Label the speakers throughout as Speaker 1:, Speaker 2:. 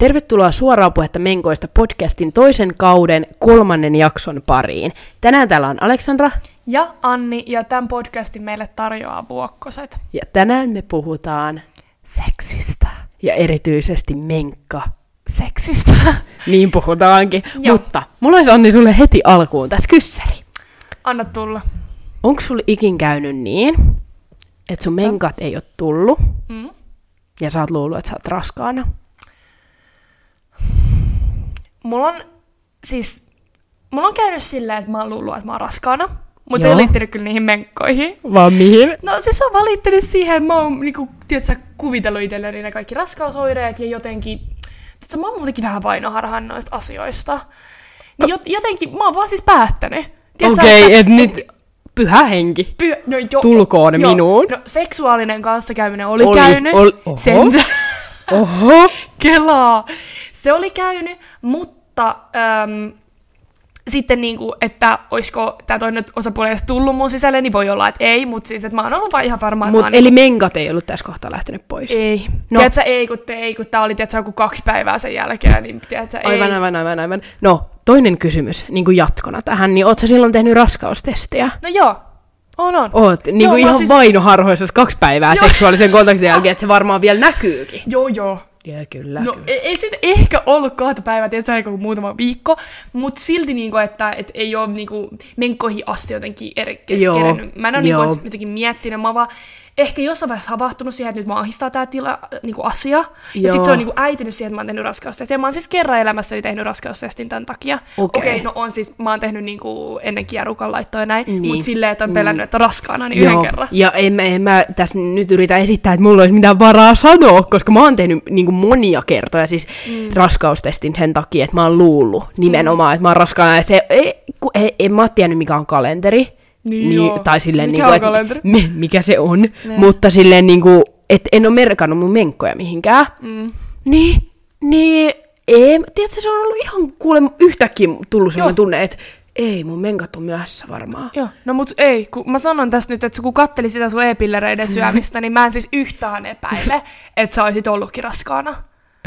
Speaker 1: Tervetuloa suoraan puhetta Menkoista podcastin toisen kauden kolmannen jakson pariin. Tänään täällä on Aleksandra
Speaker 2: Ja Anni, ja tämän podcastin meille tarjoaa Vuokkoset.
Speaker 1: ja tänään me puhutaan
Speaker 2: Seksistä.
Speaker 1: ja erityisesti Menkka.
Speaker 2: Seksistä.
Speaker 1: Niin puhutaankin.
Speaker 2: Joo.
Speaker 1: Mutta mulla olisi Anni sulle heti alkuun tässä kyssäri.
Speaker 2: Anna tulla.
Speaker 1: Onko sulle ikin käynyt niin, että sun menkat ei ole tullut
Speaker 2: Mm.
Speaker 1: ja sä oot luullut, että sä oot raskaana?
Speaker 2: Mulla on siis... Mulla on käynyt silleen, että mä oon luullut, että mä oon raskaana. Mutta se ei
Speaker 1: Joo.
Speaker 2: ole liittynyt kyllä niihin menkkoihin.
Speaker 1: Vaan mihin?
Speaker 2: No siis on valittanut siihen, että mä oon niinku, tiedätkö, kuvitellut itselleni ne kaikki raskausoireet ja jotenkin... Tiedätkö, mä oon muutenkin vähän vainoharhan noista asioista. Niin jot, jotenkin, mä oon vaan siis päättänyt. Tiedätkö,
Speaker 1: No. Okei, okay,
Speaker 2: että-
Speaker 1: että nyt pyhä henki.
Speaker 2: Pyö, no jo,
Speaker 1: Tulkoon minuun.
Speaker 2: No, seksuaalinen kanssakäyminen oli,
Speaker 1: Oli,
Speaker 2: käynyt.
Speaker 1: ol- oho.
Speaker 2: Sen,
Speaker 1: Oho.
Speaker 2: kelaa. Se oli käynyt, mutta äm, sitten niin kuin, että olisiko tämä toinen osapuoli edes tullut mun sisälle, niin voi olla, että ei, mutta siis, että mä oon ollut vaan ihan varma, että
Speaker 1: Mut,
Speaker 2: mä oon
Speaker 1: eli menkat ei ollut tässä kohtaa lähtenyt pois.
Speaker 2: Ei.
Speaker 1: No.
Speaker 2: No. Tiedätkö, ei, kun te, ei, kun tää oli, tiedätkö, joku kaksi päivää sen jälkeen, niin tiedätkö, ei.
Speaker 1: Aivan, aivan, aivan, aivan. No, toinen kysymys niin kuin jatkona tähän, niin ootko sä silloin tehnyt raskaustestiä?
Speaker 2: No joo, on, on.
Speaker 1: Oot, niin
Speaker 2: Joo,
Speaker 1: kuin
Speaker 2: mä
Speaker 1: ihan siis...
Speaker 2: siis-
Speaker 1: vainoharhoissa kaksi päivää
Speaker 2: Joo.
Speaker 1: seksuaalisen kontaktin jälkeen, että se varmaan vielä näkyykin.
Speaker 2: Joo, joo.
Speaker 1: Joo, kyllä,
Speaker 2: No
Speaker 1: kyllä.
Speaker 2: ei, ei sit ehkä ollut kahta päivää, tiedätkö, eikä kuin muutama viikko, mutta silti niinku, että et ei ole niinku menkkoihin asti jotenkin eri
Speaker 1: Joo,
Speaker 2: keskeinen. Mä en ole niinku
Speaker 1: joo.
Speaker 2: edes jotenkin miettinyt, mä oon vaan ehkä jossain vaiheessa havahtunut siihen, että nyt mä ahistaa tää tila, niinku asia. Ja
Speaker 1: Joo.
Speaker 2: sit se on niinku äitynyt siihen, että mä oon tehnyt raskaustestin. Ja Mä oon siis kerran elämässäni tehnyt raskaustestin tämän takia.
Speaker 1: Okei.
Speaker 2: Okei, no on siis, mä oon tehnyt niinku ennen kierukan laittoa ja näin,
Speaker 1: Niin. Mm.
Speaker 2: niin. mutta silleen, että on pelännyt, että raskaana, niin yhden kerran.
Speaker 1: Ja en mä, en mä tässä nyt yritä esittää, että mulla olisi mitään varaa sanoa, koska mä oon tehnyt niin kuin monia kertoja siis mm. raskaustestin sen takia, että mä oon luullut
Speaker 2: Mm.
Speaker 1: nimenomaan, että mä oon raskaana. Ja se, ei, kun, ei, en mä oon tiennyt, mikä on kalenteri.
Speaker 2: Niin joo.
Speaker 1: tai silleen,
Speaker 2: Mikä
Speaker 1: niin kuin,
Speaker 2: on
Speaker 1: että
Speaker 2: kalenteri?
Speaker 1: Me, mikä se on. Mutta silleen, niin kuin, että en ole merkannut mun menkkoja mihinkään.
Speaker 2: Mm.
Speaker 1: Niin, niin, ei, tiedätkö, se on ollut ihan kuulemma yhtäkkiä tullut sellainen
Speaker 2: Joo.
Speaker 1: tunne, että ei, mun menkat on myöhässä varmaan.
Speaker 2: Joo, no mut ei, kun mä sanon tässä nyt, että kun katteli sitä sun e-pillereiden syömistä, niin mä en siis yhtään epäile, että sä olisit ollutkin raskaana.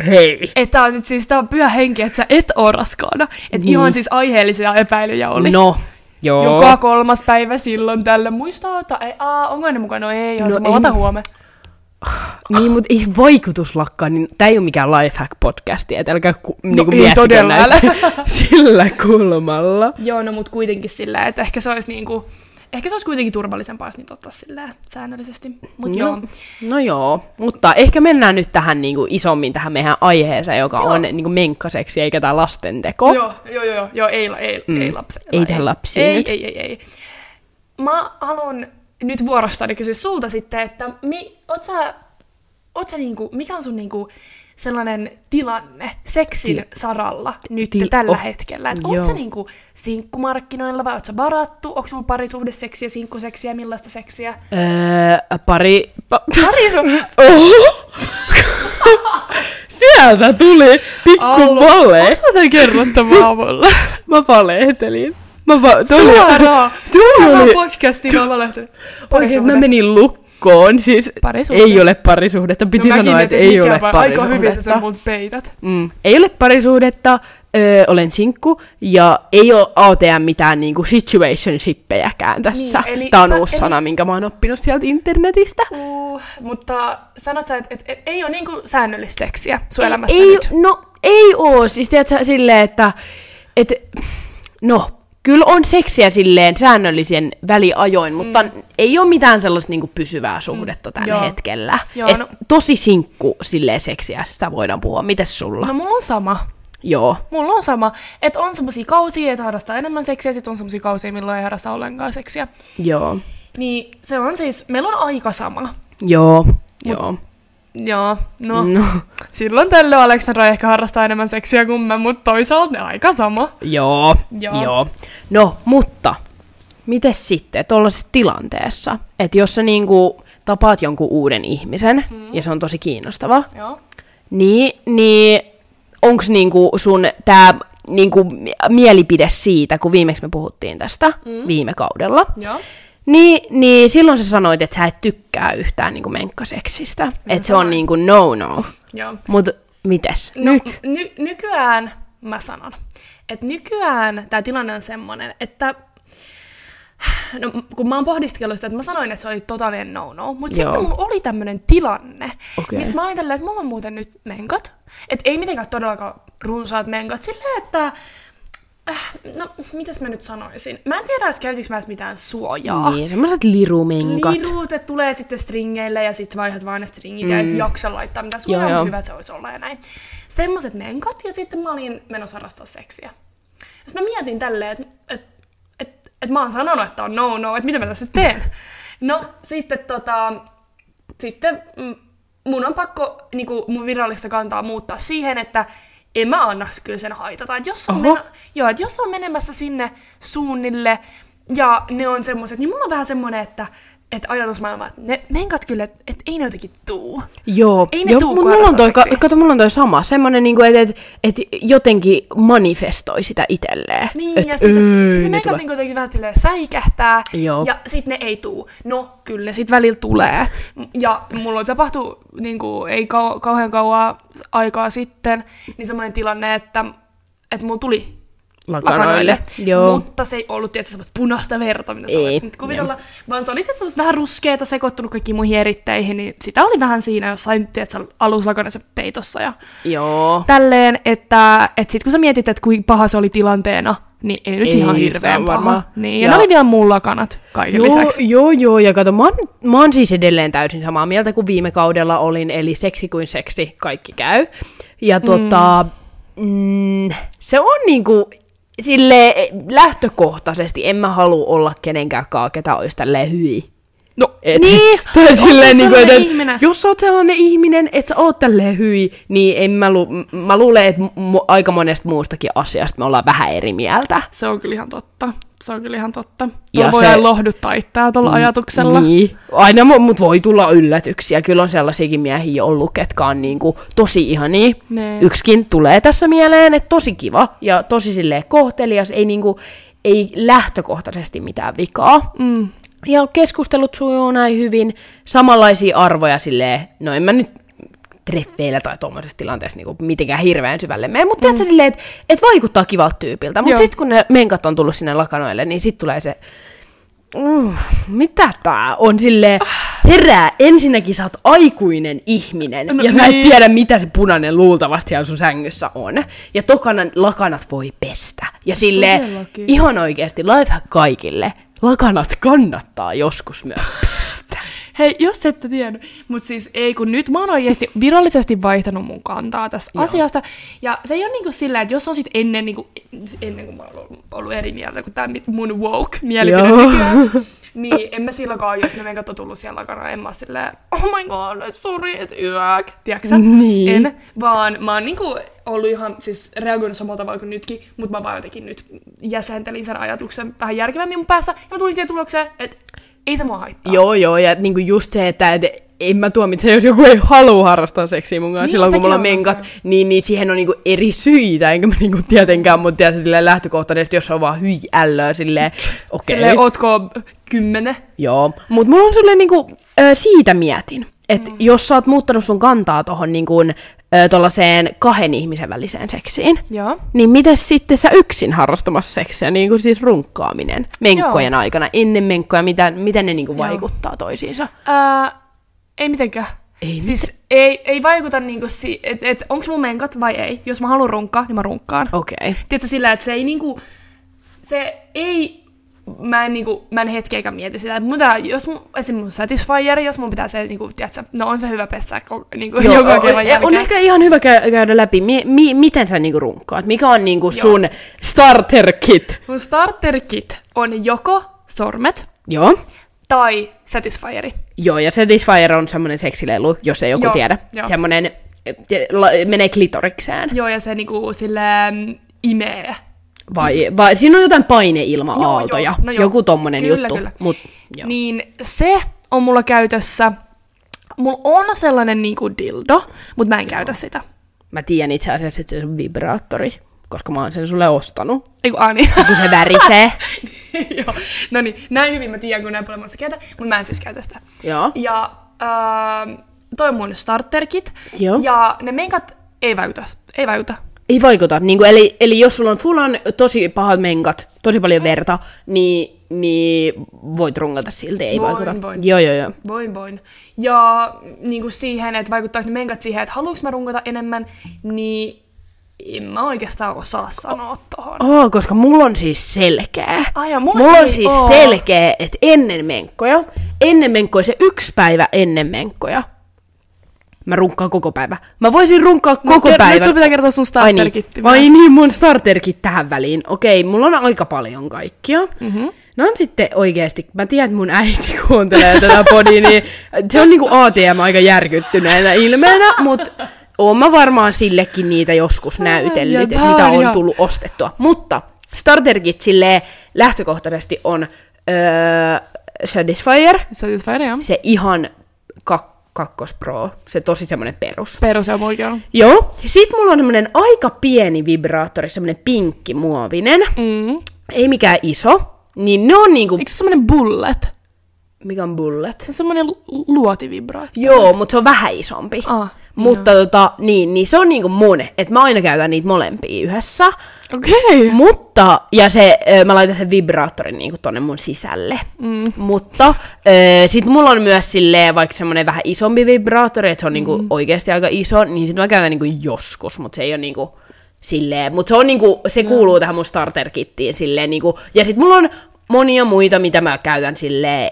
Speaker 1: Hei.
Speaker 2: Että on nyt siis, tää on pyhä henki, että sä et oo raskaana. Että ihan siis aiheellisia epäilyjä oli.
Speaker 1: No, joo.
Speaker 2: Joka kolmas päivä silloin tällä. Muistaa ottaa, ei, aa, onko ne mukana? No ei,
Speaker 1: No
Speaker 2: no, mä
Speaker 1: en-
Speaker 2: otan huomenna.
Speaker 1: Niin, mutta ei vaikutus lakkaa, niin tämä ei ole mikään lifehack-podcasti, että älkää ku, no, niinku
Speaker 2: ei
Speaker 1: miettikö
Speaker 2: todella,
Speaker 1: näitä
Speaker 2: älä.
Speaker 1: sillä kulmalla.
Speaker 2: Joo, no mut kuitenkin silleen, että ehkä se olisi niinku, ehkä se olisi kuitenkin turvallisempaa, jos niitä ottaa silleen säännöllisesti. Mut no. joo.
Speaker 1: No, no joo, mutta ehkä mennään nyt tähän niinku isommin tähän meidän aiheeseen, joka joo.
Speaker 2: Joo.
Speaker 1: on niinku menkkaseksi eikä tämä lastenteko.
Speaker 2: Joo, joo, joo, joo, joo ei, la- ei,
Speaker 1: Oh. Mm.
Speaker 2: mm. ei lapsella.
Speaker 1: Ei tehdä lapsia
Speaker 2: ei,
Speaker 1: nyt.
Speaker 2: Ei, ei, ei, Mä haluan nyt vuorostani kysyä sulta sitten, että mi, oot sä, oot sä niinku, mikä on sun niinku sellainen tilanne seksin
Speaker 1: Ti-
Speaker 2: saralla nyt
Speaker 1: ti-
Speaker 2: tällä
Speaker 1: oh.
Speaker 2: hetkellä? Et oot sä
Speaker 1: Joo.
Speaker 2: niinku sinkkumarkkinoilla vai oot sä varattu? Onko sulla parisuhde seksiä, sinkkuseksiä, millaista seksiä?
Speaker 1: Öö, pari... Pa-
Speaker 2: Parisuhde?
Speaker 1: Oho! Sieltä tuli pikku
Speaker 2: Allu,
Speaker 1: vale.
Speaker 2: onks mä tän kerrottavaa mulle?
Speaker 1: Mä valehtelin. Mä va- toi oli-
Speaker 2: Suoraan!
Speaker 1: Toi
Speaker 2: Suoraan
Speaker 1: oli-
Speaker 2: podcastiin mä lähtenyt.
Speaker 1: Oikein mä menin lukkoon, siis
Speaker 2: Parisuhde.
Speaker 1: ei ole parisuhdetta. Piti no, sanoa, että ei ole
Speaker 2: Aika hyvin sä
Speaker 1: parisuhdetta.
Speaker 2: sen mut peität.
Speaker 1: Mm. Ei ole parisuhdetta, öö, olen sinkku ja ei ole ATM mitään niinku situationshippejäkään tässä.
Speaker 2: Niin, eli
Speaker 1: Tämä on
Speaker 2: sä-
Speaker 1: uusi
Speaker 2: eli-
Speaker 1: sana, minkä mä oon oppinut sieltä internetistä.
Speaker 2: Uh, mutta sanot sä, että et, et, ei ole niinku säännöllistä seksiä sun
Speaker 1: Ei-
Speaker 2: elämässä
Speaker 1: ei,
Speaker 2: nyt.
Speaker 1: No ei oo, siis tiedätkö silleen, että et, no kyllä on seksiä silleen säännöllisen väliajoin, mutta mm. ei ole mitään sellaista niinku pysyvää suhdetta mm. tällä
Speaker 2: Joo.
Speaker 1: hetkellä.
Speaker 2: Joo,
Speaker 1: Et
Speaker 2: no-
Speaker 1: Tosi sinkku silleen seksiä, sitä voidaan puhua. Mites sulla? No.
Speaker 2: No mulla on sama.
Speaker 1: Joo.
Speaker 2: Mulla on sama, että on semmosia kausia, että harrastaa enemmän seksiä, sit on semmosia kausia, milloin ei harrasta ollenkaan seksiä.
Speaker 1: Joo.
Speaker 2: Niin se on siis, meillä on aika sama.
Speaker 1: Joo. Joo.
Speaker 2: Joo, no. Mm.
Speaker 1: No.
Speaker 2: Silloin tällöin Aleksandra ehkä harrastaa enemmän seksiä kuin mä, mutta toisaalta ne aika sama.
Speaker 1: Joo. Joo.
Speaker 2: Joo.
Speaker 1: Joo. No, mutta mites sitten tuollaisessa tilanteessa, että jos sä niinku tapaat jonkun uuden ihmisen mm. ja se on tosi kiinnostava,
Speaker 2: Joo.
Speaker 1: Niin, niin onks niinku sun tää niinku mielipide siitä, kun viimeksi me puhuttiin tästä mm. viime kaudella,
Speaker 2: Joo.
Speaker 1: niin, niin silloin sä sanoit,
Speaker 2: No,
Speaker 1: että sä et tykkää yhtään niinku menkkaseksistä, että se on
Speaker 2: sanoin.
Speaker 1: niinku no no.
Speaker 2: Joo.
Speaker 1: Mut Mites?
Speaker 2: No,
Speaker 1: Nyt?
Speaker 2: Ny- nykyään mä sanon, että nykyään tämä tilanne on semmoinen, että no, kun mä oon pohdiskellut sitä, että mä sanoin, että se oli totaalinen no-no, mutta
Speaker 1: Joo.
Speaker 2: sitten mulla oli tämmöinen tilanne,
Speaker 1: Okei.
Speaker 2: okay. missä mä olin tällä, että mulla on muuten nyt menkat, että ei mitenkään todellakaan runsaat menkat, silleen, että äh, no, mitäs mä nyt sanoisin? Mä en tiedä, että käytinkö mä edes mitään suojaa.
Speaker 1: Niin, semmoiset lirumenkat. Liru.
Speaker 2: Liruutet Niin, tulee sitten stringeille ja sitten vaihdat vaan ne stringit mm. ja et jaksa laittaa mitä suojaa,
Speaker 1: Joo, joo.
Speaker 2: mutta hyvä se olisi olla ja näin. Semmoiset menkat ja sitten mä olin menossa harrastaa seksiä. Sitten mä mietin tälleen, että et, et, et mä oon sanonut, että on no no, että mitä mä tässä nyt teen. No sitten tota, sitten mm, mun on pakko niinku, mun virallista kantaa muuttaa siihen, että en mä anna kyllä sen haitata. Et jos, on
Speaker 1: Oho.
Speaker 2: meno, joo, et jos on menemässä sinne suunnille ja ne on semmoiset, niin mulla on vähän semmoinen, että et ajatusmaailma, että ne menkat kyllä, että et ei ne jotenkin tuu.
Speaker 1: Joo,
Speaker 2: Ei ne
Speaker 1: Joo
Speaker 2: tuu
Speaker 1: mut mulla on toi,
Speaker 2: kuorostukseksi.
Speaker 1: ka- kato, mulla on toi sama. Semmoinen, niinku, että et, et jotenkin manifestoi sitä itselleen.
Speaker 2: Niin,
Speaker 1: Et,
Speaker 2: ja sitten
Speaker 1: "Öö,
Speaker 2: sit ne
Speaker 1: ne
Speaker 2: menkat
Speaker 1: tulee."
Speaker 2: niin kuitenkin vähän silleen säikähtää,
Speaker 1: Joo.
Speaker 2: ja sitten ne ei tuu. No, kyllä ne sitten välillä tulee. Ja mulla tapahtui niin kuin, ei kau- kauhean kauan aikaa sitten, niin semmoinen tilanne, että, että mulla tuli lakanoille.
Speaker 1: Joo.
Speaker 2: Mutta se ei ollut tietysti semmoista punaista verta, mitä sä
Speaker 1: Ei.
Speaker 2: voit nyt kuvitella, vaan se oli tietysti semmoista vähän ruskeata, sekoittunut kaikkiin muihin eritteihin, niin sitä oli vähän siinä jossain, tiedätkö, aluslakonensa peitossa ja
Speaker 1: Joo.
Speaker 2: tälleen, että, että sit kun sä mietit, että kuinka paha se oli tilanteena, niin ei nyt
Speaker 1: Ei,
Speaker 2: ei,
Speaker 1: se
Speaker 2: ihan
Speaker 1: on
Speaker 2: hirveän paha.
Speaker 1: varmaan.
Speaker 2: Varma. Niin, ja,
Speaker 1: Ja-
Speaker 2: ja ne oli vielä mun lakanat kaiken
Speaker 1: Joo,
Speaker 2: lisäksi.
Speaker 1: joo, joo, ja kato, mä oon, mä oon siis edelleen täysin samaa mieltä kuin viime kaudella olin, eli seksi kuin seksi, kaikki käy. Ja tota, mm. se on niinku, sille lähtökohtaisesti en mä halua olla kenenkään kaa, ketä olisi tälleen hyi.
Speaker 2: No,
Speaker 1: Et,
Speaker 2: niin!
Speaker 1: tai silleen, niin kuin, että,
Speaker 2: sellainen
Speaker 1: ihminen.
Speaker 2: ihminen.
Speaker 1: jos sä oot sellainen ihminen, että sä oot tälleen hyi, niin en mä, lu, m- mä luulen, että mu- aika monesta muustakin asiasta me ollaan vähän eri mieltä.
Speaker 2: Se on kyllä ihan totta. Se on kyllä ihan totta.
Speaker 1: Ja
Speaker 2: Tuolla voidaan
Speaker 1: se-
Speaker 2: se... lohduttaa itseään tuolla mm, ajatuksella.
Speaker 1: Niin. Aina mu- mut voi tulla yllätyksiä. Kyllä on sellaisiakin miehiä ollut, ketkä on niinku tosi ihania.
Speaker 2: Ne.
Speaker 1: Yksikin tulee tässä mieleen, että tosi kiva ja tosi silleen kohtelias. Ei, niinku, ei lähtökohtaisesti mitään vikaa. Mm. Ja keskustelut sujuu näin hyvin. Samanlaisia arvoja silleen, no en mä nyt treffeillä tai tuommoisessa tilanteessa niinku mitenkään hirveän syvälle mene, mutta mm. silleen, että et vaikuttaa kivalta tyypiltä. Mutta
Speaker 2: Joo.
Speaker 1: sitten kun ne menkat on tullut sinne lakanoille, niin sitten tulee se Mm, mitä tää on sille herää, ensinnäkin sä oot aikuinen ihminen no,
Speaker 2: No
Speaker 1: ja sä et
Speaker 2: niin.
Speaker 1: tiedä mitä se punainen luultavasti siellä sun sängyssä on. Ja tokana lakanat voi pestä. Ja sille
Speaker 2: Todellakin.
Speaker 1: ihan oikeasti lifehack kaikille. Lakanat kannattaa joskus myös pestä.
Speaker 2: Hei, jos ette tiennyt, mutta siis ei kun nyt mä oon oikeasti virallisesti vaihtanut mun kantaa tästä Joo. asiasta. Ja se ei ole niinku sillä, että jos on sit ennen, niinku, ennen kuin mä oon ollut- ollut eri mieltä kuin tämä mun woke mielipide
Speaker 1: Joo.
Speaker 2: nykyään, niin en mä silloinkaan, jos ne menkät on tullut siellä lakana, en mä oo silleen, oh my god, et sorry, et yäk, tiiäksä?
Speaker 1: Niin.
Speaker 2: En, vaan mä oon niinku ollut ihan, siis reagoinut samalla tavalla kuin nytkin, mutta mä vaan jotenkin nyt jäsentelin sen ajatuksen vähän järkevämmin mun päässä, ja mä tulin siihen tulokseen, että ei se mua haittaa.
Speaker 1: Joo, joo, ja niinku just se, että et, en mä tuomitse, jos joku ei halua harrastaa seksiä mun kanssa
Speaker 2: Niin,
Speaker 1: niin, silloin, kun
Speaker 2: sekin
Speaker 1: mulla on
Speaker 2: on
Speaker 1: menkat,
Speaker 2: asia.
Speaker 1: niin, niin siihen on niinku eri syitä, enkä mä niinku tietenkään, mutta tiedä, silleen lähtökohtaisesti, jos on vaan hyi ällöä, silleen, okei.
Speaker 2: Silleen, ootko kymmenen?
Speaker 1: Joo, mutta mulla on sulle niinku, ö, siitä mietin, että mm. jos sä oot muuttanut sun kantaa tohon niinku, ö, tollaiseen kahden ihmisen väliseen seksiin,
Speaker 2: Joo.
Speaker 1: niin miten sitten sä yksin harrastamassa seksiä, niin kuin siis runkkaaminen menkkojen Joo. aikana, ennen menkkoja, mitä, miten ne niinku vaikuttaa toisiinsa?
Speaker 2: Ää, ei mitenkään.
Speaker 1: Ei
Speaker 2: siis ei, ei vaikuta niinku, si- että et, onko mun menkat vai ei. Jos mä haluan runkkaa, niin mä runkkaan.
Speaker 1: Okei. Okay.
Speaker 2: Tiedätkö sillä, että se ei niinku, se ei, mä en, niinku, mä en hetkeäkään mieti sitä. Että mun tää, jos mun, esim. mun satisfyer, jos mun pitää se, niinku, tiedätkö, no on se hyvä pessää ko- niinku,
Speaker 1: Joo,
Speaker 2: joka
Speaker 1: on-
Speaker 2: kerran
Speaker 1: on, on
Speaker 2: jälkeen.
Speaker 1: ehkä ihan hyvä käy- käydä läpi, mi- mi- miten sä niinku runkkaat, mikä on niinku
Speaker 2: Joo.
Speaker 1: sun starter kit.
Speaker 2: Mun starter kit on joko sormet
Speaker 1: Joo.
Speaker 2: tai satisfieri.
Speaker 1: Joo, ja Satisfyer on semmoinen seksilelu, jos ei joku
Speaker 2: Joo,
Speaker 1: tiedä.
Speaker 2: joo.
Speaker 1: Semmoinen te- la- menee klitorikseen.
Speaker 2: Joo, ja se niinku, sillä mm, imee
Speaker 1: Vai, vai siinä on jotain paineilma-aaltoja.
Speaker 2: Joo, joo, no joo.
Speaker 1: Joku tommonen
Speaker 2: Kyllä,
Speaker 1: juttu.
Speaker 2: kyllä.
Speaker 1: Mut, joo.
Speaker 2: Niin se on mulla käytössä. Mulla on sellainen niinku dildo, mutta mä en käytä sitä.
Speaker 1: Mä tiedän itse asiassa, että se on vibraattori, koska mä oon sen sulle ostanut.
Speaker 2: Eiku, ah, niin.
Speaker 1: Kun se värisee.
Speaker 2: Joo. No niin, näin hyvin mä tiedän, kun näin paljon mä sitä käytän, mutta mä en siis käytä sitä.
Speaker 1: Joo.
Speaker 2: Ja ähm, toi on mun starterkit.
Speaker 1: Joo.
Speaker 2: Ja ne menkat ei väytä. Ei väytä.
Speaker 1: Ei vaikuta. Niin kuin, eli, eli jos sulla on full on tosi pahat menkat, tosi paljon verta, niin, niin voit rungata silti, ei
Speaker 2: Voin,
Speaker 1: vaikuta.
Speaker 2: voin.
Speaker 1: Joo, joo, joo.
Speaker 2: Voin, voin. Ja niin kuin siihen, että vaikuttaako ne menkat siihen, että haluanko mä rungata enemmän, niin en mä oikeastaan osaa sanoa tohon.
Speaker 1: Oo, koska mulla on siis selkeä.
Speaker 2: Ai ja, mulla
Speaker 1: mulla
Speaker 2: ei
Speaker 1: on siis
Speaker 2: oo.
Speaker 1: selkeä, että ennen menkkoja, ennen menkkoja, se yksi päivä ennen menkkoja, mä runkkaan koko päivä. Mä voisin runkkaa koko
Speaker 2: ker-
Speaker 1: päivä.
Speaker 2: nyt sun pitää kertoa sun starterkitti
Speaker 1: Ai niin,
Speaker 2: myös.
Speaker 1: Ai niin mun starterkit tähän väliin. Okei, mulla on aika paljon kaikkia.
Speaker 2: Mhm.
Speaker 1: Mm-hmm. No on sitten oikeasti, mä tiedän, että mun äiti kuuntelee tätä podia, niin se on niinku ATM aika järkyttyneenä ilmeenä, mutta oon mä varmaan sillekin niitä joskus näytellyt,
Speaker 2: Ja
Speaker 1: että
Speaker 2: tää
Speaker 1: mitä
Speaker 2: on
Speaker 1: on
Speaker 2: ihan-
Speaker 1: tullut ostettua. Mutta starterkit silleen lähtökohtaisesti on öö, Satisfyer,
Speaker 2: Satisfyer, joo.
Speaker 1: se ihan kak- kakkos pro, se tosi semmonen perus.
Speaker 2: Perus ja oikein.
Speaker 1: Joo. Sitten mulla on semmonen aika pieni vibraattori, semmonen pinkki muovinen.
Speaker 2: Mm.
Speaker 1: Ei mikään iso. Niin ne on niinku...
Speaker 2: Eikö se semmonen bullet?
Speaker 1: Mikä on bullet?
Speaker 2: Se on semmonen lu- luotivibraatio.
Speaker 1: Joo, mutta se on vähän isompi.
Speaker 2: Ah,
Speaker 1: mutta tota, niin, niin se on niinku mun. Että mä aina käytän niitä molempia yhdessä.
Speaker 2: Okei. Okay.
Speaker 1: Mutta, ja se, ö, mä laitan sen vibraattorin niinku tonne mun sisälle. Mm. Mutta ö, sit mulla on myös silleen vaikka semmonen vähän isompi vibraattori, että se on niinku
Speaker 2: Mm.
Speaker 1: oikeasti aika iso, niin sit mä käytän niinku joskus, mutta se ei ole niinku silleen, mutta se on niinku, se kuuluu tähän mun starter-kittiin silleen niinku, ja sit mulla on monia muita, mitä mä käytän silleen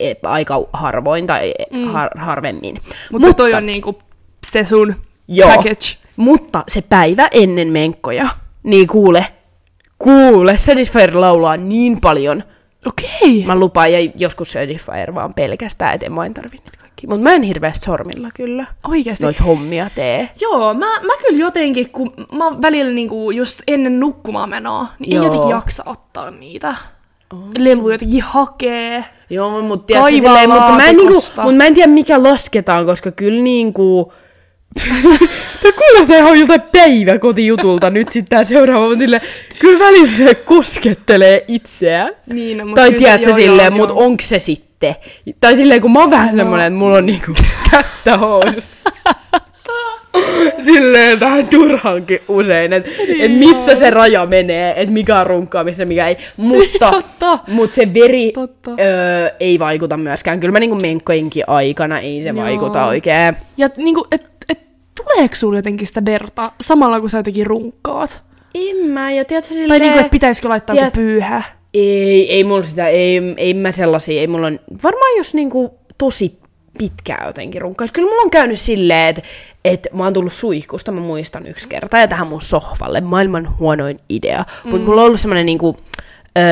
Speaker 1: e- aika harvoin tai mm. har, harvemmin.
Speaker 2: Mutta, Mutta toi on niinku se sun
Speaker 1: Joo.
Speaker 2: package.
Speaker 1: Mutta se päivä ennen menkkoja, niin kuule, kuule, Satisfyer laulaa niin paljon.
Speaker 2: Okei.
Speaker 1: Mä lupaan, ja joskus Satisfyer vaan pelkästään, et en mä en tarvi niitä kaikkia. Mut mä en hirveästi sormilla kyllä
Speaker 2: Oikeesti.
Speaker 1: noit hommia tee.
Speaker 2: Joo, mä, mä kyllä jotenkin, kun mä oon välillä niinku just ennen nukkumaan menoa, niin
Speaker 1: Joo.
Speaker 2: ei jotenkin jaksa ottaa niitä. Oh. Lelu jotenkin hakee.
Speaker 1: Joo, mut
Speaker 2: tiedät sä, silleen, mut kun
Speaker 1: mä en, niinku,
Speaker 2: laatikosta.
Speaker 1: mut mä en tiedä mikä lasketaan, koska kyllä niinku... Tää kuulostaa ihan joltain päiväkotijutulta nyt sitten tää seuraava, mutta sille, kyllä välillä se koskettelee itseään.
Speaker 2: Niin, no, mut
Speaker 1: tai
Speaker 2: kyllä se-
Speaker 1: tiedät sä
Speaker 2: joo,
Speaker 1: silleen,
Speaker 2: joo,
Speaker 1: mut
Speaker 2: joo. No.
Speaker 1: onks se sitten? Tai silleen, kun mä oon vähän semmonen, että mulla on niinku kättä housussa. Silleen vähän turhankin usein, että
Speaker 2: Niin
Speaker 1: et missä se raja menee, että mikä on runkkaamista, mikä ei. Mutta,
Speaker 2: totta.
Speaker 1: mutta se veri
Speaker 2: Totta.
Speaker 1: öö, ei vaikuta myöskään. Kyllä mä niinku menkkojenkin aikana ei se
Speaker 2: Joo.
Speaker 1: vaikuta oikein.
Speaker 2: Ja niinku, et, et tuleeko sulla jotenkin sitä verta samalla, kun sä jotenkin runkkaat?
Speaker 1: En mä, ja tiedätkö silleen...
Speaker 2: Tai niinku, että pitäisikö laittaa
Speaker 1: Tiedät-
Speaker 2: joku pyyhä?
Speaker 1: Ei, ei mulla sitä, ei, ei mä sellaisia, ei mulla on, varmaan jos niinku tosi pitkää jotenkin runkkais. Kyllä mulla on käynyt silleen, että et mä oon tullut suihkusta, mä muistan yksi kerta, ja tähän mun sohvalle, maailman huonoin idea. Mm. Mutta mulla on ollut semmoinen niinku, öö,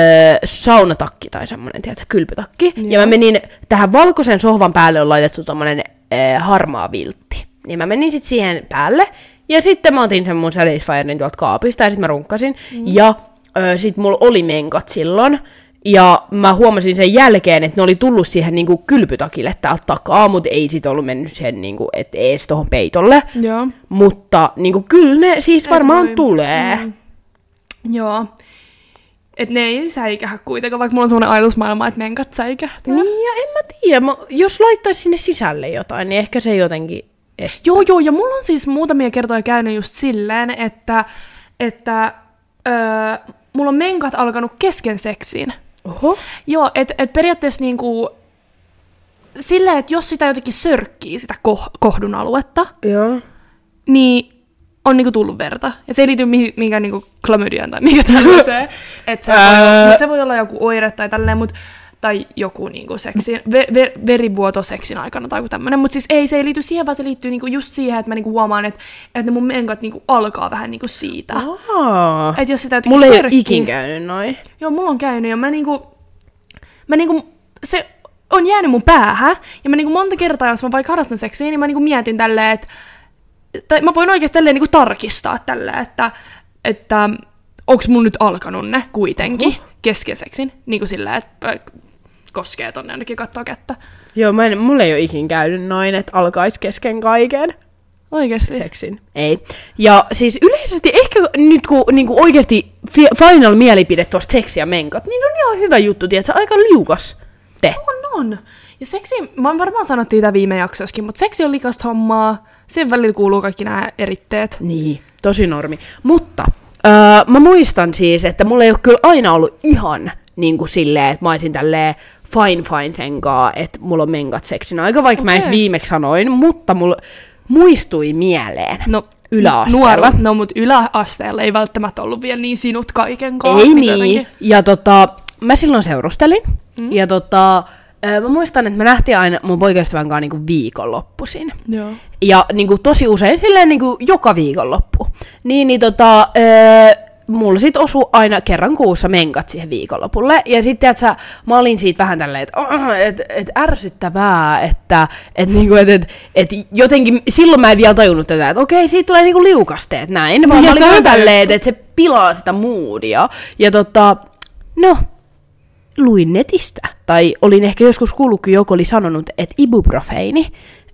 Speaker 1: saunatakki tai semmoinen, tiedätkö, kylpytakki. Ja mä menin, tähän valkoisen sohvan päälle on laitettu tommonen öö, harmaa viltti. Niin mä menin sit siihen päälle, ja sitten mä otin sen mun Satisfyerin tuolta kaapista, ja sitten mä runkkasin. Mm. Ja Öö, sit mulla oli menkat silloin, ja mä huomasin sen jälkeen, että ne oli tullut siihen niinku kylpytakille täältä takaa, mutta ei sit ollut mennyt sen niinku, et ees tohon peitolle.
Speaker 2: Joo.
Speaker 1: Mutta niinku, kyllä ne siis
Speaker 2: Ei
Speaker 1: varmaan
Speaker 2: tuli.
Speaker 1: tulee.
Speaker 2: Mm. Joo. Et ne ei säikähä kuitenkaan, vaikka mulla on semmoinen ajatusmaailma, että menkat säikähtää.
Speaker 1: Niin, ja en mä tiedä, mä, jos laittaisi sinne sisälle jotain, niin ehkä se jotenkin estä.
Speaker 2: Joo, joo, ja mulla on siis muutamia kertoja käynyt just silleen, että, että öö, mulla on menkat alkanut kesken seksiin.
Speaker 1: Oho.
Speaker 2: Joo, että et periaatteessa niinku, silleen, että jos sitä jotenkin sörkkii sitä koh- kohdun aluetta,
Speaker 1: Joo.
Speaker 2: niin on niinku tullut verta. Ja se ei liity mihin- mihinkään niinku klamydiaan tai mikä tällaiseen. Et se, voi olla,
Speaker 1: Ää.
Speaker 2: mut se voi olla joku oire tai tälleen, mut, tai joku niinku seksin, ve, ver, verivuoto seksin aikana tai joku tämmönen. Mutta siis ei, se ei liity siihen, vaan se liittyy niinku just siihen, että mä niinku huomaan, että et ne mun menkat niinku alkaa vähän niinku siitä.
Speaker 1: Aa.
Speaker 2: Et jos sitä jotenkin
Speaker 1: Mulla ei ole
Speaker 2: sörkkii-
Speaker 1: ikin käynyt noin.
Speaker 2: Joo, mulla on käynyt ja mä niinku, mä niinku, se on jäänyt mun päähän. Ja mä niinku monta kertaa, jos mä vaikka harrastan seksiä, niin mä niinku mietin tälleen, että, tai mä voin oikeesti tälleen niinku tarkistaa tälleen, että, että onks mun nyt alkanut ne kuitenkin uh-huh. keskeiseksin. Niinku silleen, että koskee tonne ainakin kattoo kättä.
Speaker 1: Joo, mä en, mulla ei ole ikin käynyt noin, että alkaisi kesken kaiken.
Speaker 2: Oikeesti. Se.
Speaker 1: seksin. Ei. Ja siis yleisesti ehkä nyt kun niinku oikeasti fi- final mielipide tuosta seksiä menkat, niin on ihan hyvä juttu, tiedätkö, aika liukas te.
Speaker 2: On, on. Ja seksi, mä varmaan sanottiin tää viime jaksossakin, mutta seksi on likasta hommaa. Sen välillä kuuluu kaikki nämä eritteet.
Speaker 1: Niin, tosi normi. Mutta öö, mä muistan siis, että mulla ei ole kyllä aina ollut ihan niin kuin silleen, että mä olisin tälleen fine fine senkaa, että mulla on menkat seksin aika, vaikka okay. mä en
Speaker 2: Okei.
Speaker 1: viimeksi sanoin, mutta mulla muistui mieleen.
Speaker 2: No,
Speaker 1: Yläasteella.
Speaker 2: Nuorella, no mut yläasteella ei välttämättä ollut vielä niin sinut kaiken kanssa.
Speaker 1: Ei niin. Ja tota, mä silloin seurustelin. Mm. Ja tota, ö, mä muistan, että mä nähtiin aina mun poikaystävän kanssa niinku viikonloppuisin.
Speaker 2: Joo.
Speaker 1: Ja niinku tosi usein silleen niinku joka viikonloppu. Niin, niin tota, öö, mulla sit osu aina kerran kuussa menkat siihen viikonlopulle. Ja sitten, että sä, mä olin siitä vähän tälleen, että "Ah, et, et ärsyttävää, että et, niinku, et, et, et jotenkin, silloin mä en vielä tajunnut tätä, että okei, siitä tulee niinku liukasteet näin. Vaan mä
Speaker 2: Niin, et
Speaker 1: olin
Speaker 2: sä
Speaker 1: vähän
Speaker 2: oot
Speaker 1: tälleen, että et se pilaa sitä moodia. Ja tota, no, luin netistä, tai olin ehkä joskus kuullut, kun joku oli sanonut, että ibuprofeini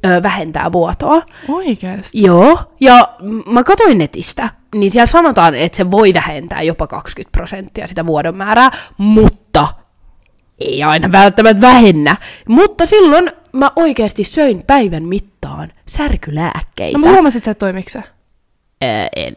Speaker 1: ö, vähentää vuotoa.
Speaker 2: Oikeesti.
Speaker 1: Joo, ja m- mä katsoin netistä, niin siellä sanotaan, että se voi vähentää jopa 20 prosenttia sitä vuodon määrää, mutta ei aina välttämättä vähennä. Mutta silloin mä oikeasti söin päivän mittaan särkylääkkeitä.
Speaker 2: No mä huomasin, että sä et toimiksä.
Speaker 1: Ää, en.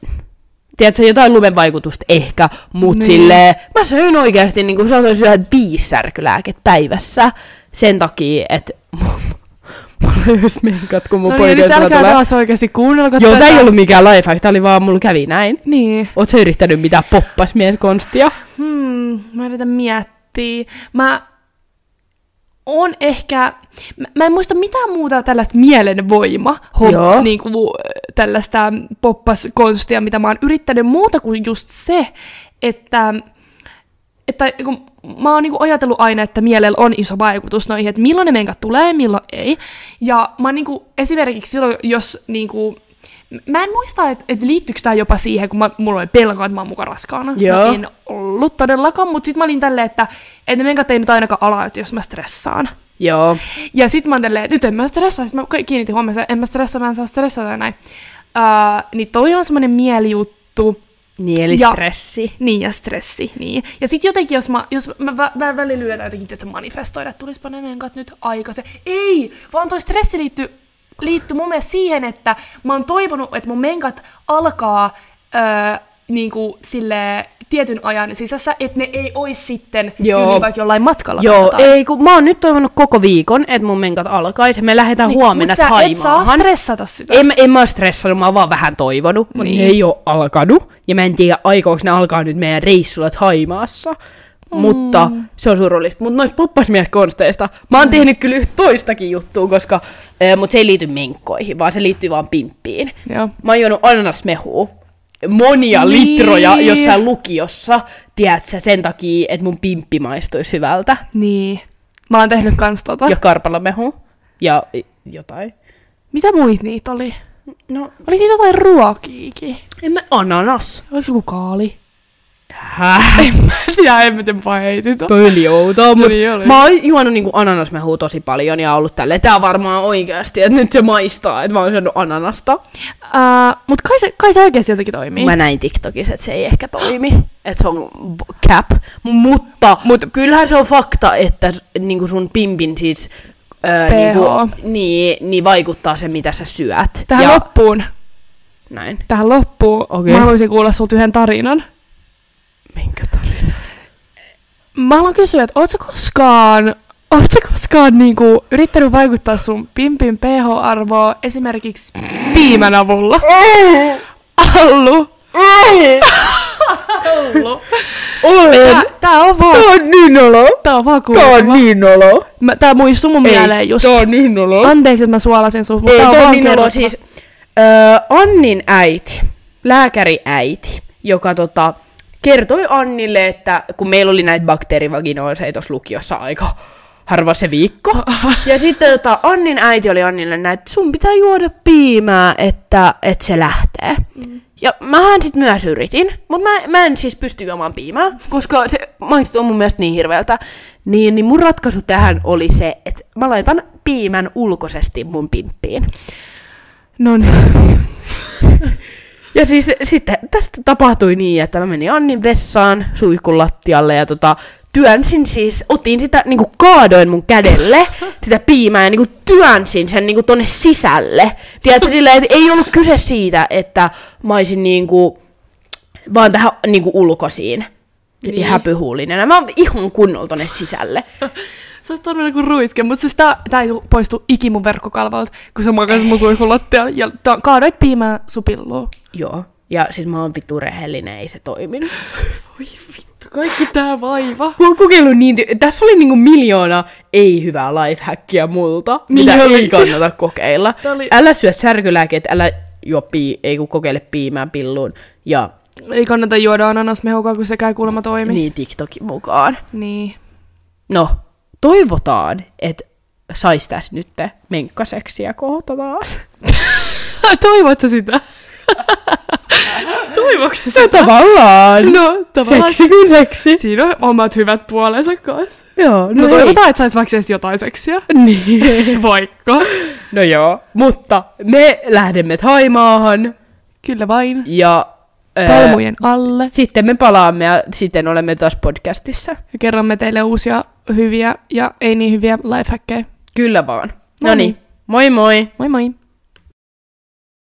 Speaker 1: Tiedätkö, jotain lumen vaikutusta ehkä, mut
Speaker 2: Niin.
Speaker 1: niin. silleen, mä söin oikeasti niin kuin sanoin, syödä viisi särkylääkettä päivässä sen takia, että mulla ei olisi menkat, kun mun
Speaker 2: No niin, nyt
Speaker 1: poikaystävä
Speaker 2: älkää
Speaker 1: tulee.
Speaker 2: taas oikeesti kuunnelko
Speaker 1: Joo, tää ei ollut mikään lifehack, tää oli vaan, mulla kävi näin.
Speaker 2: Niin.
Speaker 1: Oot sä yrittänyt mitään poppasmieskonstia?
Speaker 2: Hmm, mä yritän miettiä. Mä on ehkä, mä, mä en muista mitään muuta tällaista mielenvoima,
Speaker 1: Joo.
Speaker 2: niin kuin, tällaista poppaskonstia, mitä mä oon yrittänyt muuta kuin just se, että, että kun mä oon niinku ajatellut aina, että mielellä on iso vaikutus noihin, että milloin ne menkat tulee ja milloin ei. Ja mä oon niinku, esimerkiksi silloin, jos niinku, mä en muista, että et liittyykö tämä jopa siihen, kun mä, mulla oli pelko, että mä oon muka raskaana.
Speaker 1: Joo.
Speaker 2: Mä en ollut todellakaan, mutta sitten mä olin tälleen, että et ne menkat ei nyt ainakaan ala, että jos mä stressaan.
Speaker 1: Joo.
Speaker 2: Ja sit mä oon tälleen, että nyt en mä stressaa, sit mä ka- kiinnitin huomioon, että en mä stressaa, mä en saa stressata ja näin. Uh, niin toi on semmonen mielijuttu,
Speaker 1: Niin, eli
Speaker 2: Ja-
Speaker 1: stressi.
Speaker 2: niin ja stressi, niin. Ja sit jotenkin, jos mä, jos mä, vä- mä välillä lyötän jotenkin, että manifestoida, että tulispa ne menkat nyt aikaisin. Ei, vaan toi stressi liittyy, liittyy mun mielestä siihen, että mä oon toivonut, että mun menkat alkaa öö, niinku sille tietyn ajan sisässä, että ne ei ois sitten
Speaker 1: Joo.
Speaker 2: tyyliin vaikka jollain matkalla. tai
Speaker 1: Joo,
Speaker 2: jotain.
Speaker 1: ei kun mä oon nyt toivonut koko viikon, että mun menkat alkais ja me lähdetään
Speaker 2: Niin,
Speaker 1: huomenna
Speaker 2: mut sä et saa
Speaker 1: Haimaahan.
Speaker 2: stressata sitä.
Speaker 1: En, en mä oo stressannut, mä oon vaan vähän toivonut, mutta
Speaker 2: Niin.
Speaker 1: niin. ne ei oo alkanut. Ja mä en tiedä, aikooko ne alkaa nyt meidän reissulla Haimaassa. Mm. Mutta se on surullista. Mutta noista poppasmieskonsteista, mä oon mm. tehnyt kyllä yhtä toistakin juttua, koska, äh, mutta se ei liity menkkoihin, vaan se liittyy vaan pimppiin.
Speaker 2: Joo.
Speaker 1: Mä oon juonut ananasmehua. Monia
Speaker 2: Niin.
Speaker 1: niin. litroja jossain lukiossa, tiedätkö, sen takia, että mun pimppi maistuisi hyvältä.
Speaker 2: Niin. Mä oon tehnyt kans tota.
Speaker 1: Ja karpalomehu. Ja i- jotain.
Speaker 2: Mitä muit niitä oli?
Speaker 1: No,
Speaker 2: Oli niitä jotain ruokiikin.
Speaker 1: en mä, ananas.
Speaker 2: Oliko joku kaali?
Speaker 1: Häh?
Speaker 2: Minä en miten vaan heitin ton.
Speaker 1: Toi oli outoa, mut
Speaker 2: niin oli.
Speaker 1: mä oon juonut niinku ananasmehua tosi paljon ja ollut tälleen, tää on varmaan oikeasti, että nyt se maistaa, että mä oon syönyt ananasta.
Speaker 2: Uh, mut kai se, kai se oikeesti jotenkin toimii.
Speaker 1: Mä näin TikTokissa, että se ei ehkä toimi, että se on v- cap, mutta Mut. kyllähän se on fakta, että s- niinku sun pimpin siis öö,
Speaker 2: pH.
Speaker 1: niinku, niin, niin vaikuttaa se, mitä sä syöt.
Speaker 2: Tähän
Speaker 1: ja,
Speaker 2: loppuun.
Speaker 1: näin.
Speaker 2: Tähän loppuun.
Speaker 1: Okei.
Speaker 2: Mä haluaisin kuulla sulta yhden tarinan.
Speaker 1: Minkä tarina?
Speaker 2: Mä haluan kysyä, että oot sä koskaan, oot sä koskaan niinku yrittänyt vaikuttaa sun pimpin pH-arvoa esimerkiksi piimän avulla? Allu! Allu!
Speaker 1: Olen!
Speaker 2: Tää, tää on vaan,
Speaker 1: Tää on niin olo!
Speaker 2: tää on vaan
Speaker 1: Tää on
Speaker 2: kuulma.
Speaker 1: niin olo!
Speaker 2: Mä- Tää muistuu mun mieleen just.
Speaker 1: Tää on niin olo!
Speaker 2: Anteeksi, että mä suolasin sut, mutta
Speaker 1: Ei,
Speaker 2: tää on
Speaker 1: toi
Speaker 2: vaan
Speaker 1: minulla
Speaker 2: kerrottava.
Speaker 1: on siis öö, Annin äiti, lääkäriäiti, joka tota, kertoi Annille, että kun meillä oli näitä bakteerivaginooseja tuossa lukiossa aika harva se viikko. Ja sitten tota, Annin äiti oli Annille näin, että sun pitää juoda piimää, että, että se lähtee. Mm. Ja mähän sit myös yritin, mutta mä, mä en siis pysty juomaan piimää, koska se maistuu mun mielestä niin hirveältä. Niin, niin mun ratkaisu tähän oli se, että mä laitan piimän ulkoisesti mun pimppiin.
Speaker 2: No niin.
Speaker 1: Ja siis sitten tästä tapahtui niin, että mä menin Annin vessaan suihkun lattialle ja tota, työnsin siis, otin sitä, niinku kaadoin mun kädelle, sitä piimää, ja niinku työnsin sen niinku tonne sisälle. Tiedätkö, silleen, että ei ollut kyse siitä, että mä olisin niinku, vaan tähän niinku ulkosiin. Niin.
Speaker 2: Niin.
Speaker 1: Ja häpyhuulinen. Mä oon ihan kunnolla tonne sisälle.
Speaker 2: Se on todella kuin ruiske, mutta siis tää, tää ei tu- poistu iki mun verkkokalvolta, kun sä makasit mun suihkun lattialla ja ta- kaadoit piimää supilluun.
Speaker 1: Joo. Ja siis mä oon vittu rehellinen, ei se toiminut.
Speaker 2: Voi vittu, kaikki tää vaiva.
Speaker 1: Mä oon kokeillut niin, ty- tässä oli niinku miljoona ei hyvää lifehackia multa,
Speaker 2: Niin
Speaker 1: mitä
Speaker 2: oli.
Speaker 1: ei kannata kokeilla.
Speaker 2: Tää oli-
Speaker 1: Älä syö särkylääkkeet, älä juo pii, ei kun kokeile piimää pilluun ja
Speaker 2: Ei kannata juoda ananasmehukaa, kun sekään kuulemma toimi.
Speaker 1: niin TikTokin mukaan.
Speaker 2: niin.
Speaker 1: No, toivotaan, että sais tässä nyt menkkaseksiä kohta taas.
Speaker 2: Toivot sä sitä? Toivoks sä
Speaker 1: No tavallaan.
Speaker 2: No, tavallaan
Speaker 1: Seksi kuin seksi.
Speaker 2: siinä on omat hyvät puolensa kanssa.
Speaker 1: Joo,
Speaker 2: No,
Speaker 1: ei.
Speaker 2: toivotaan, että sais vaikka edes jotain seksiä.
Speaker 1: Niin.
Speaker 2: Vaikka.
Speaker 1: No joo, mutta me lähdemme Taimaahan
Speaker 2: Kyllä vain.
Speaker 1: ja... öö,
Speaker 2: Palmujen alle.
Speaker 1: Sitten me palaamme ja sitten olemme taas podcastissa.
Speaker 2: Ja kerromme teille uusia hyviä ja ei niin hyviä lifehackeja.
Speaker 1: Kyllä vaan.
Speaker 2: No
Speaker 1: No
Speaker 2: niin.
Speaker 1: niin. Moi moi!
Speaker 2: Moi moi!